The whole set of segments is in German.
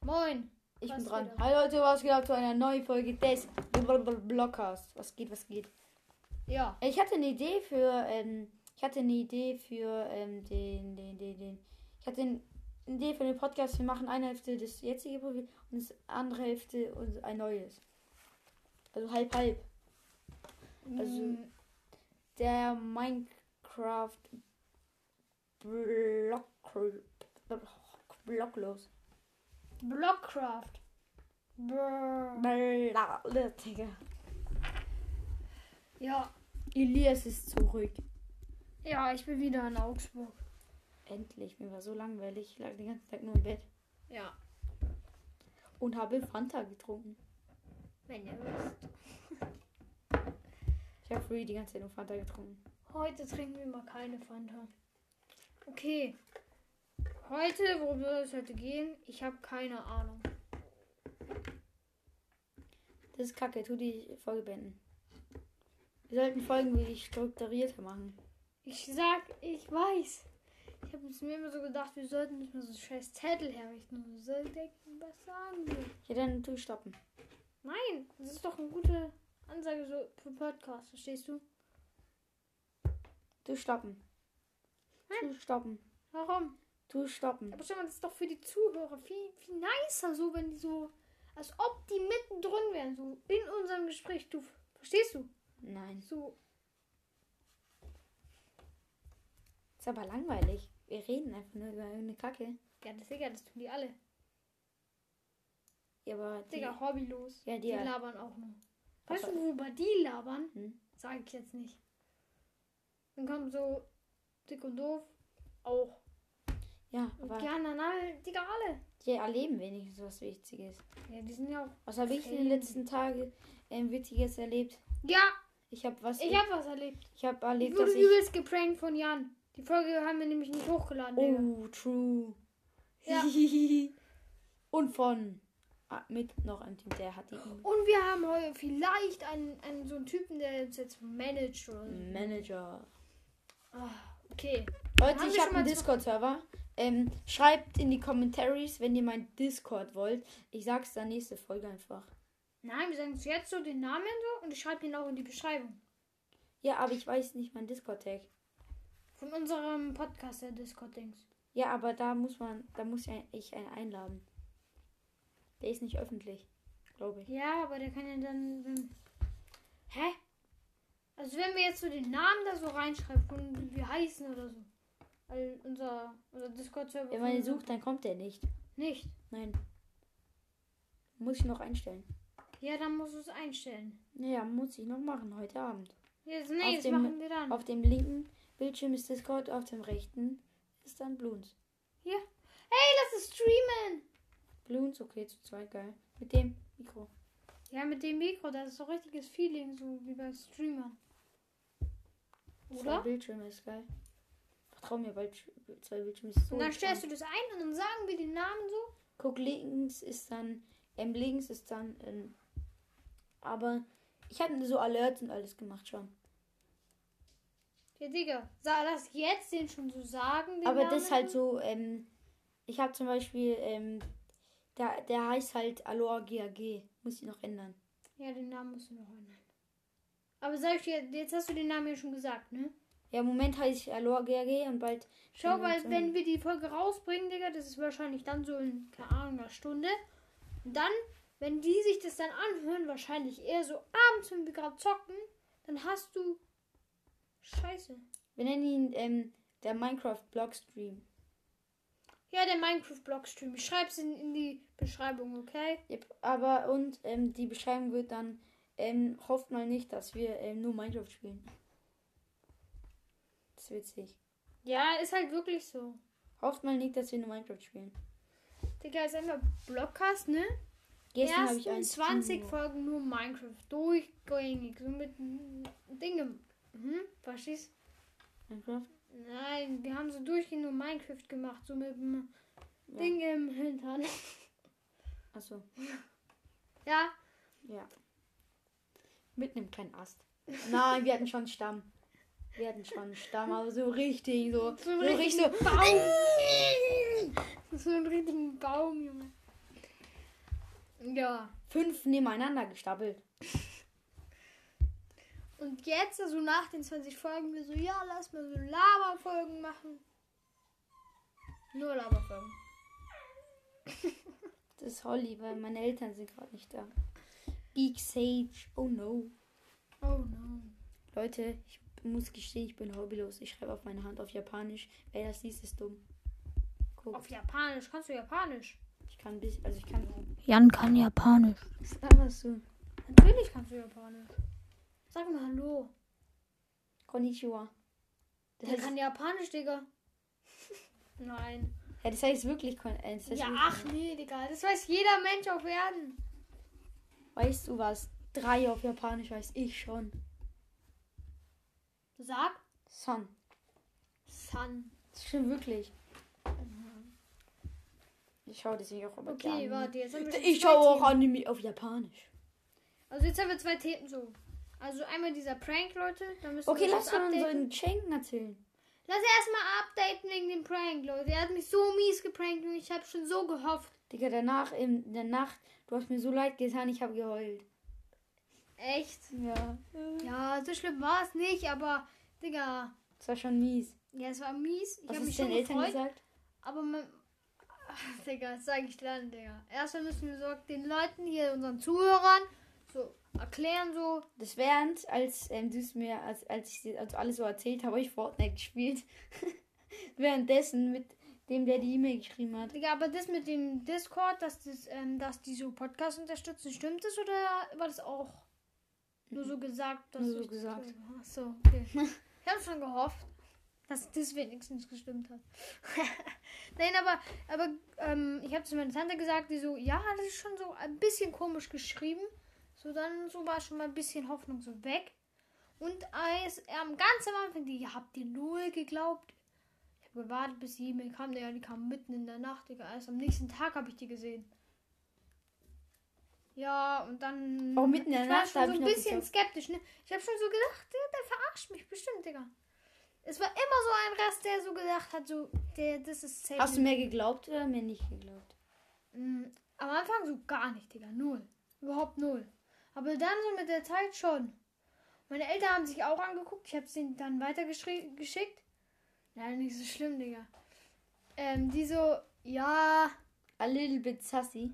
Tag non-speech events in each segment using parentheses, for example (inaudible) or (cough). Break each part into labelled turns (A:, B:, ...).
A: Moin.
B: Ich
A: Was
B: bin
A: geht
B: dran.
A: ab?
B: Hi Leute, was geht ab zu einer neuen Folge des Blockers. Was geht, was geht?
A: Ja.
B: Ich hatte eine Idee für, ähm, ich hatte eine Idee für, ähm, den, den, den, den. Ich hatte eine Idee für den Podcast. Wir machen eine Hälfte das jetzige Profil und das andere Hälfte und ein neues. Also halb, halb. Also-
A: Mm,
B: Der Minecraft Block, Blocklos.
A: Blockcraft. Brrr.
B: Bla, Digga.
A: Ja.
B: Elias ist zurück.
A: Ja, ich bin wieder in Augsburg.
B: Endlich, mir war so langweilig. Ich lag den ganzen Tag nur im Bett
A: Ja.
B: und habe Fanta getrunken.
A: Wenn ihr wisst.
B: Ich habe früh die ganze Zeit nur Fanta getrunken.
A: Heute trinken wir mal keine Fanta. Okay. Heute, worum soll es heute gehen? Ich habe keine Ahnung.
B: Das ist kacke, tu die Folge beenden. Wir sollten Folgen wie strukturierter machen.
A: Ich sag, ich weiß. Ich habe mir immer so gedacht, wir sollten nicht mehr so scheiß Zettel herrichten und wir sollten denken, was sagen wir.
B: Ja, dann tu stoppen.
A: Nein, das ist doch eine gute Ansage so für Podcast, verstehst du?
B: Tu stoppen. Tu stoppen.
A: Warum?
B: Tu stoppen.
A: Aber schau mal, das ist doch für die Zuhörer viel, viel nicer, so wenn die so, als ob die mittendrin wären, so in unserem Gespräch. Du verstehst du?
B: Nein.
A: So,
B: Ist aber langweilig. Wir reden einfach nur über irgendeine Kacke.
A: ja, das Digga, das tun die alle.
B: Ja, aber. Die,
A: Digga, hobbylos.
B: Ja, die
A: die
B: alle.
A: labern auch nur. Weißt
B: Aber-
A: du, worüber die labern?
B: Hm?
A: Sag ich jetzt nicht. Dann kommt so dick und doof. Auch.
B: Ja,
A: Und
B: aber.
A: Gerne, nein, Digga, alle.
B: Die erleben wenigstens was Wichtiges.
A: Ja, die sind ja auch.
B: Was habe ich in den
A: Okay.
B: letzten Tagen ähm, Witziges erlebt?
A: Ja,
B: Ich habe was.
A: ich hab was erlebt.
B: ich hab
A: Ich
B: erlebt,
A: wurde
B: dass ich.
A: übelst geprankt von Jan. Die Folge haben wir nämlich nicht hochgeladen, Digga.
B: Oh, true.
A: Ja.
B: (laughs) Und von ah, mit noch einem Team, der hat die
A: Und wir haben heute vielleicht einen, einen so einen Typen, der uns jetzt managt. Oder
B: Mhm.
A: so.
B: Manager.
A: Ah, okay. Haben
B: Leute, ich
A: wir
B: habe
A: schon
B: einen
A: mal-
B: Discord-Server. Ähm, schreibt in die Commentaries, wenn ihr mein Discord wollt. Ich sag's dann nächste Folge einfach.
A: Nein, wir sagen uns jetzt so den Namen so und ich schreibe ihn auch in die Beschreibung.
B: Ja, aber ich weiß nicht mein Discord-Tag.
A: Von unserem Podcast, der Discord-Dings.
B: Ja, aber da muss man, da muss ein- ich einen einladen. Der ist nicht öffentlich, glaube ich.
A: Ja, aber der kann ja dann. Wenn, hä? Also, wenn wir jetzt so den Namen da so reinschreiben, von wie wir heißen oder so. Also unser, unser Discord-Server.
B: Wenn man ihn
A: von-
B: sucht, dann kommt der nicht.
A: Nicht.
B: Nein. Muss ich noch einstellen.
A: Ja, dann musst du es einstellen.
B: Ja, muss ich noch machen heute Abend.
A: Jetzt, nee,
B: Auf
A: das
B: dem-
A: machen wir dann.
B: Auf dem linken Bildschirm ist Discord, auf dem rechten ist dann Bloons.
A: hey, lass es streamen!
B: Bloons, okay, zu zweit, geil. Mit dem Mikro.
A: Ja, mit dem Mikro, das ist so richtiges Feeling, so wie bei Streamern.
B: Zwei
A: Oder?
B: Bildschirme ist geil. Vertrau mir, bald sch- zwei Bildschirme ist so.
A: Und dann
B: entspannt.
A: stellst du das ein und dann sagen wir den Namen so.
B: Guck, links ist dann, ähm, links ist dann, ähm, aber ich habe so Alerts und alles gemacht schon.
A: Ja, Digga, sa- lass jetzt den schon so sagen. Den
B: aber
A: Namen
B: das halt so, ähm, ich habe zum Beispiel, ähm, der, der heißt halt Aloha GAG. Muss ich noch ändern.
A: Ja, den Namen musst du noch ändern. Aber sag ich dir, jetzt hast du den Namen ja schon gesagt, ne?
B: Ja, im Moment heiße ich Aloha GAG und bald
A: Schau,
B: Ja,
A: weil
B: so.
A: wenn wir die Folge rausbringen, Digga, das ist wahrscheinlich dann so in, keine Ahnung, einer Stunde. Und dann, wenn die sich das dann anhören, wahrscheinlich eher so abends, wenn wir gerade zocken, dann hast du... Scheiße.
B: Wir nennen ihn ähm, der Minecraft Blogstream.
A: Ja, der Minecraft-Blog-Stream. Ich schreib's in, in die Beschreibung, okay?
B: Yep. Aber und ähm, die Beschreibung wird dann ähm, hofft mal nicht, dass wir ähm, nur Minecraft spielen. Das ist witzig.
A: Ja, ist halt wirklich so.
B: Hofft mal nicht, dass wir nur Minecraft spielen.
A: Digga, ist einfach Blockcast, ne?
B: Gestern habe ich Mhm.
A: Ersten
B: einen
A: 20
B: Stream gemacht.
A: Folgen nur Minecraft. Durchgängig. So mit n- Dingen. Hm? Verstehst
B: Minecraft?
A: Nein, wir haben so durchgehend nur Minecraft gemacht. So mit dem
B: Ja.
A: Ding im Hintern. (laughs)
B: Achso,
A: ja,
B: ja. Mit einem kleinen Ast. Nein, wir hatten schon einen Stamm. Wir hatten schon einen Stamm, aber so richtig, (laughs) so, so
A: einen
B: richtig so.
A: (laughs) Baum. so einen richtigen Baum, Junge. Ja.
B: Fünf nebeneinander gestapelt.
A: Und jetzt, also nach den 20 Folgen, wir so, ja, lass mal so Laberfolgen machen. Nur Laberfolgen.
B: Das ist Holly, weil meine Eltern sind gerade nicht da. Big Sage. Oh no.
A: Oh no.
B: Leute, ich muss gestehen, ich bin hobbylos. Ich schreibe auf meine Hand auf Japanisch. Wer das liest, ist dumm. Guck,
A: Auf Japanisch. Kannst du Japanisch?
B: ich kann ein bisschen, also ich kann.
A: Jan kann Japanisch.
B: Sag was du.
A: Natürlich kannst du Japanisch. Sag mal Hallo.
B: Konnichiwa. Das
A: Der
B: heißt,
A: kann Japanisch, Digga. (laughs) Nein.
B: ja, das heißt wirklich Kon äh, das heißt
A: Ja,
B: wirklich-
A: ach nee, Digga. Das weiß jeder Mensch auf Erden.
B: Weißt du was? Drei auf Japanisch weiß ich schon.
A: Sag
B: Son.
A: San.
B: Das stimmt wirklich. Ich schaue deswegen auch immer
A: Okay,
B: gerne.
A: warte, jetzt haben wir schon
B: Ich
A: zwei
B: schaue auch
A: Themen.
B: Anime auf Japanisch.
A: Also jetzt haben wir zwei Themen so. Also einmal dieser Prank, Leute. Dann müssen
B: Okay,
A: wir
B: lass
A: uns
B: uns
A: updaten.
B: unseren Schenken erzählen.
A: Lass erstmal updaten wegen dem Prank, Leute. Er hat mich so mies geprankt und ich habe schon so gehofft.
B: Digga, danach in der Nacht, du hast mir so leid getan, ich habe geheult.
A: Echt?
B: Ja.
A: Ja, so schlimm war es nicht, aber Digga,
B: Das war schon mies.
A: ja, es war mies. Ich
B: Was
A: habe mich
B: hast
A: schon
B: deinen Eltern
A: gefreut,
B: gesagt?
A: aber mein, Ach, (laughs) Digga, das sage ich dann, Digga. Erstmal müssen wir so den Leuten hier, unseren Zuhörern, so erklären, so,
B: Das während, als ähm, du es mir, als, als ich dir also alles so erzählt habe, hab ich Fortnite gespielt. (laughs) Währenddessen mit dem, der die E-Mail geschrieben hat.
A: Digga, aber das mit dem Discord, dass, das, ähm, dass die so Podcasts unterstützen, stimmt das oder war das auch nur so gesagt? Dass
B: Mhm. Nur so
A: ich-
B: gesagt.
A: Ach so,
B: (laughs)
A: okay. ich habe schon gehofft, dass das wenigstens gestimmt hat. (laughs) Nein, aber, aber ähm, ich habe zu meiner Tante gesagt, die so, ja, das ist schon so ein bisschen komisch geschrieben. So, dann so war schon mal ein bisschen Hoffnung so weg. Und als ähm, ganz am Anfang, die habt ihr null geglaubt. Ich habe gewartet, bis die E-Mail kam. Digga, die kam mitten in der Nacht, Digga. Erst am nächsten Tag habe ich die gesehen. Ja, und dann.
B: Auch Oh, mitten in der
A: ich war
B: Nacht, da hab
A: schon
B: ich
A: so ein
B: noch
A: bisschen
B: geglaubt.
A: skeptisch, ne? Ich habe schon so gedacht, Digga, der verarscht mich bestimmt, Digga. Es war immer so ein Rest, der so gedacht hat, so, der, das ist safe.
B: Hast du mir geglaubt oder mir nicht geglaubt?
A: Mm, Am Anfang so gar nicht, Digga. Null. Überhaupt null. Aber dann so mit der Zeit schon. Meine Eltern haben sich auch angeguckt. Ich habe es ihnen dann weitergeschickt. Nein, nicht so schlimm, Digga. Ähm, die so, ja,
B: A little bit sassy.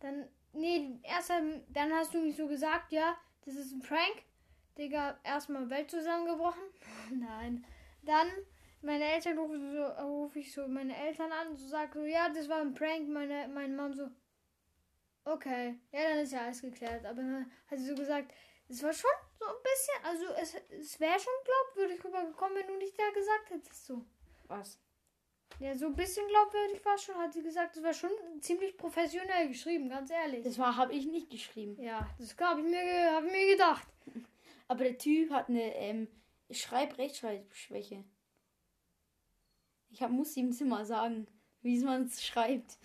A: dann, nee, erst dann dann hast du mich so gesagt, ja, das ist ein Prank. Digga, erstmal Welt zusammengebrochen. (laughs) Nein. Dann, meine Eltern rufen so, rufe ich so meine Eltern an und so sag so, ja, das war ein Prank. Meine, meine Mom so, okay, ja, dann ist ja alles geklärt. Aber dann hat sie so gesagt, es war schon so ein bisschen, also es, es wäre schon glaubwürdig rübergekommen, wenn du nicht da gesagt hättest, so.
B: Was?
A: Ja, so ein bisschen glaubwürdig war es schon, hat sie gesagt, es war schon ziemlich professionell geschrieben, ganz ehrlich.
B: Das war, habe ich nicht geschrieben.
A: Ja, das habe ich, mir ge- hab ich mir gedacht.
B: Aber der Typ hat eine ähm, Schreib-Rechtschreibschwäche. Ich hab, muss ihm immer sagen, wie man es schreibt.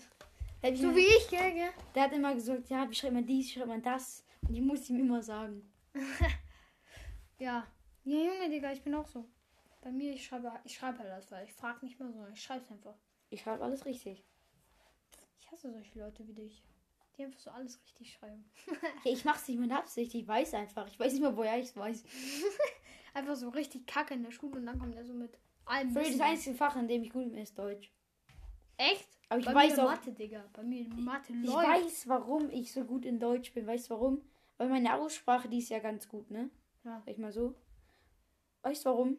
B: Der hat,
A: So
B: immer,
A: wie ich, gell, gell?
B: der hat immer gesagt, ja, wie schreibt man dies, wie schreibt man das? Und ich muss ihm immer sagen.
A: Ja. Ja, Junge, Digga, ich bin auch so. Bei mir, ich schreibe, ich schreibe halt alles, weil ich frage nicht mal so, ich schreibe es einfach.
B: Ich schreibe alles richtig.
A: Ich hasse solche Leute wie dich, die einfach so alles richtig schreiben.
B: Ja, ich mach's nicht mit Absicht, ich weiß einfach. Ich weiß nicht mal, woher ich es weiß.
A: Einfach so richtig kacke in der Schule und dann kommt er so mit allem.
B: Für das
A: Wissen.
B: einzige Fach, in dem ich gut bin, ist Deutsch.
A: Echt?
B: Aber ich
A: Bei
B: weiß
A: mir
B: auch,
A: Mathe, Digga. Bei mir Mathe
B: Ich
A: läuft.
B: weiß, warum ich so gut in Deutsch bin. Weißt du warum? Weil meine Aussprache, die ist ja ganz gut, ne?
A: Ja.
B: Sag ich mal so. Weißt du warum?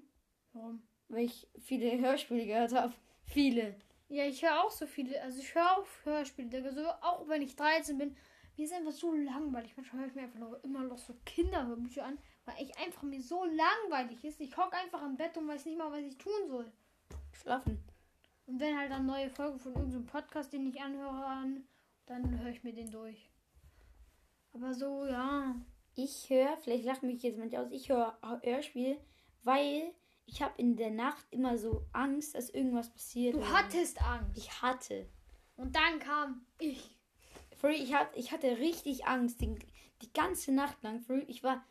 A: Warum?
B: Weil ich viele Hörspiele gehört habe. Viele.
A: Ja, ich höre auch so viele, also ich höre auch Hörspiele, Digga. So, auch wenn ich 13 bin, mir ist einfach so langweilig. Manchmal höre ich mir einfach noch, immer noch so Kinderhörbücher an, weil ich einfach mir so langweilig ist. Ich hock einfach im Bett und weiß nicht mal, was ich tun soll.
B: Schlafen.
A: Und wenn halt dann neue Folgen von irgendeinem Podcast, den ich anhöre, an, dann höre ich mir den durch. Aber so, ja.
B: Ich höre, vielleicht lacht mich jetzt manche aus, ich höre Hörspiele, weil ich habe in der Nacht immer so Angst, dass irgendwas passiert.
A: Du
B: oder so.
A: hattest Angst.
B: Ich hatte.
A: Und dann kam ich.
B: Free, ich, hab, ich hatte richtig Angst den, die ganze Nacht lang. Free, ich war,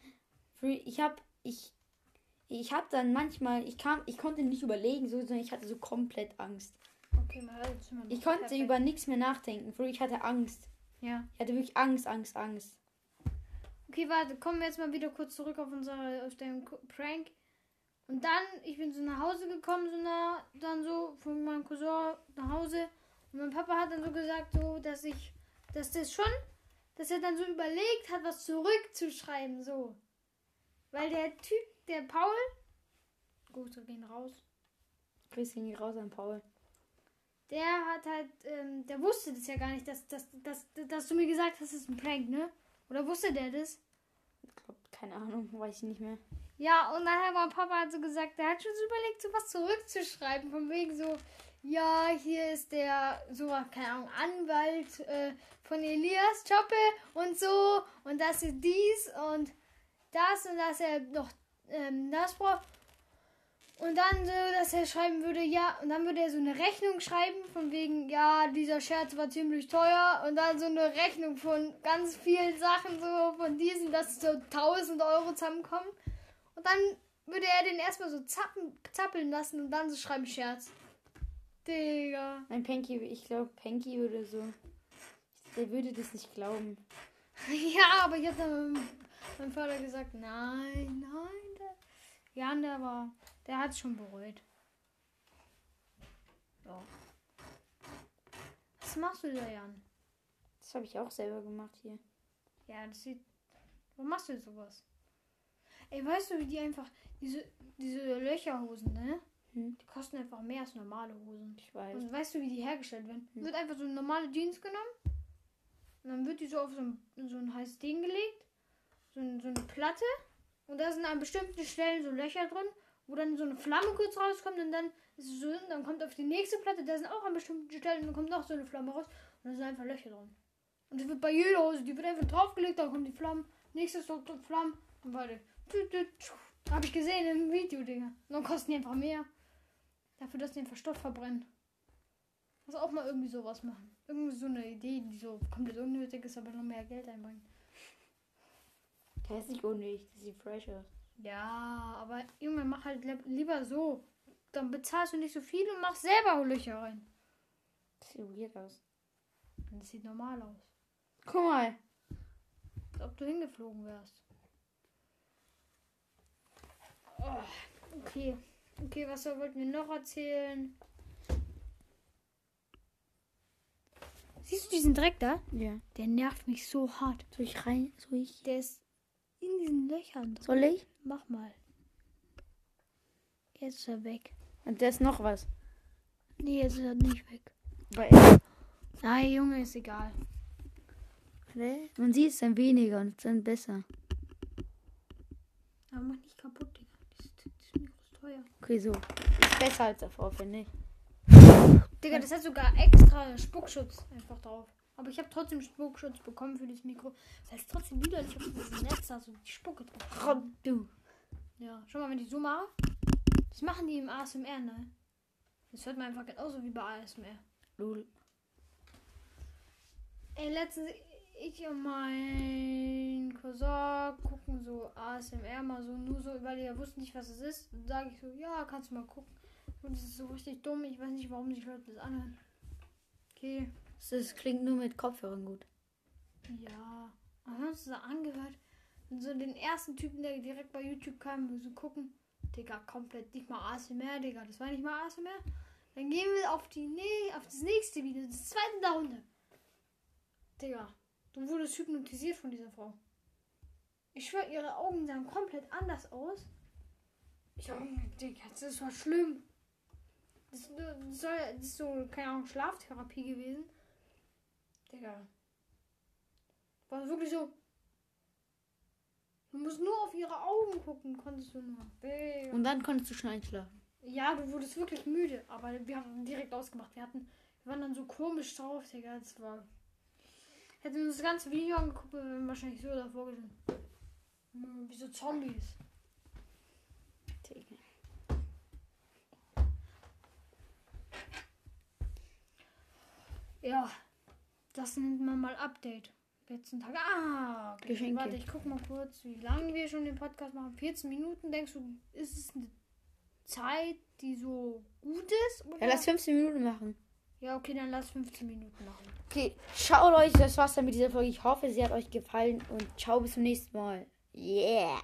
B: free, ich hab, ich, ich hab dann manchmal, ich kam, ich konnte nicht überlegen, so, sondern ich hatte so komplett Angst.
A: Okay, mal hört es mir
B: Ich
A: noch.
B: konnte
A: Perfekt.
B: über nichts mehr nachdenken. Free, ich hatte Angst.
A: Ja.
B: Ich hatte wirklich Angst, Angst, Angst.
A: Okay, warte, kommen wir jetzt mal wieder kurz zurück auf unsere, auf den K- Prank. Und dann, ich bin so nach Hause gekommen, so nah, dann so von meinem Cousin nach Hause. Und mein Papa hat dann so gesagt, so, dass ich, dass das schon, dass er dann so überlegt hat, was zurückzuschreiben, so. Weil der Typ, der Paul, gut, wir gehen raus.
B: Grüß ging raus an Paul.
A: der hat halt, ähm, der wusste das ja gar nicht, dass, dass, dass, dass du mir gesagt hast, das ist ein Prank, ne? Oder wusste der das?
B: Ich glaube, keine Ahnung, weiß ich nicht mehr.
A: Ja, und dann hat mein Papa hat so gesagt, der hat schon so überlegt, so was zurückzuschreiben, von wegen so, ja, hier ist der, so, keine Ahnung, Anwalt äh, von Elias Choppe und so, und das ist dies und das und dass er noch ähm, das braucht. Und dann so, dass er schreiben würde, ja, und dann würde er so eine Rechnung schreiben, von wegen, ja, dieser Scherz war ziemlich teuer. Und dann so eine Rechnung von ganz vielen Sachen, so von diesen, dass so 1000 Euro zusammenkommen. Und dann würde er den erstmal so zappen, zappeln lassen und dann so schreiben, Scherz. Digga. (laughs)
B: Nein, Penky, ich glaube, Penky würde so. Der würde das nicht glauben.
A: Ja, aber ich hab dann meinem, meinem Vater gesagt, nein, nein. Der Jan, der war, der hat's schon bereut. Ja. Was machst du da, Jan?
B: Das habe ich auch selber gemacht hier.
A: Ja, das sieht, warum machst du denn sowas? Ey, weißt du, wie die einfach, diese, diese Löcherhosen, ne?
B: Hm.
A: Die kosten einfach mehr als normale Hosen.
B: Ich weiß.
A: Und weißt du, wie die hergestellt werden? Wird einfach so eine normale Jeans genommen. Und dann wird die so auf so ein, so ein heißes Ding gelegt. So, ein, so eine Platte. Und da sind an bestimmten Stellen so Löcher drin, wo dann so eine Flamme kurz rauskommt. Und dann ist es so, und dann kommt auf die nächste Platte, da sind auch an bestimmten Stellen, und dann kommt noch so eine Flamme raus. Und da sind einfach Löcher drin. Und das wird bei jeder Hose, die wird einfach draufgelegt, dann kommt die Flamme. Nächstes so so Flammen. Und weiter. Tü, tü, tü. Hab ich gesehen im Video, Digga. Und dann kosten die einfach mehr. Dafür, dass die einfach Stoff verbrennen. Muss auch mal irgendwie sowas machen. Irgendwie so eine Idee, die so komplett unnötig ist, aber noch mehr Geld einbringt.
B: Der ist nicht unnötig, das sieht fresh aus.
A: Ja, aber Junge, mach halt leb- lieber so. Dann bezahlst du nicht so viel und machst selber Löcher rein.
B: Das sieht weird aus.
A: Und Das sieht normal aus.
B: Guck mal.
A: Als ob du hingeflogen wärst. Oh, okay. Okay, was soll- wollten wir noch erzählen? Siehst du diesen Dreck da?
B: Ja.
A: Der nervt mich so hart.
B: Soll ich rein? Soll ich?
A: Der ist in diesen Löchern drin.
B: Soll ich?
A: Mach mal. Jetzt ist er weg.
B: Und da ist noch was.
A: Nee, jetzt ist er nicht weg.
B: Weil,
A: Nein, Junge, ist egal.
B: ne? Man sieht es dann weniger und dann besser.
A: Aber mach nicht kaputt, Digga. Dieses, dieses Mikro ist teuer.
B: Okay, so. Ist besser als davor, finde ich.
A: Digga, das hat sogar extra Spuckschutz einfach drauf. Aber ich habe trotzdem Spuckschutz bekommen für das Mikro. Das heißt trotzdem widerlich auf dieses Netz da so die Spucke drauf.
B: Du.
A: Ja, schau mal, wenn ich so mache. Das machen die im ASMR, ne? Das hört man einfach genauso wie bei ASMR.
B: Lul.
A: Ey, letztens, ich und mein Cousin gucken so ASMR mal so, nur so, weil er wusste nicht, was es ist. Dann sage ich so, ja, kannst du mal gucken. Und das ist so richtig dumm, ich weiß nicht, warum sich Leute das anhören. Okay,
B: Das klingt nur mit Kopfhörern gut.
A: ja. Aber wir haben uns das angehört. Und so den ersten Typen, der direkt bei YouTube kam, wir so gucken. Digga, komplett nicht mal ASMR, Digga, das war nicht mal ASMR. Dann gehen wir auf, die, nä- auf das nächste Video, das zweite da unten. Digga, du wurdest hypnotisiert von dieser Frau. Ich schwöre, ihre Augen sahen komplett anders aus. Ich hab, Digga, das war schlimm. Das, das, soll, das ist so, keine Ahnung, Schlaftherapie gewesen. Digga. War wirklich so. Du musst nur auf ihre Augen gucken, konntest du nur. Digga.
B: Und dann konntest du schon einschlafen.
A: Ja, du wurdest wirklich müde, aber wir haben direkt ausgemacht. Wir hatten, wir waren dann so komisch drauf, Digga. Das war. Hätten wir uns das ganze Video angeguckt, wir wären wahrscheinlich so davor gewesen. Hm, Wie so Zombies. Ja, das nennt man mal Update. Letzten Tag. Ah, okay.
B: Geschenke.
A: Warte, ich guck mal kurz, wie lange wir schon den Podcast machen. 14 Minuten, denkst du, ist es eine Zeit, die so gut ist?
B: Ja, lass 15 Minuten machen.
A: Ja, okay, dann lass 15 Minuten machen.
B: Okay, ciao Leute, das war's dann mit dieser Folge. Ich hoffe, sie hat euch gefallen und ciao bis zum nächsten Mal. Yeah.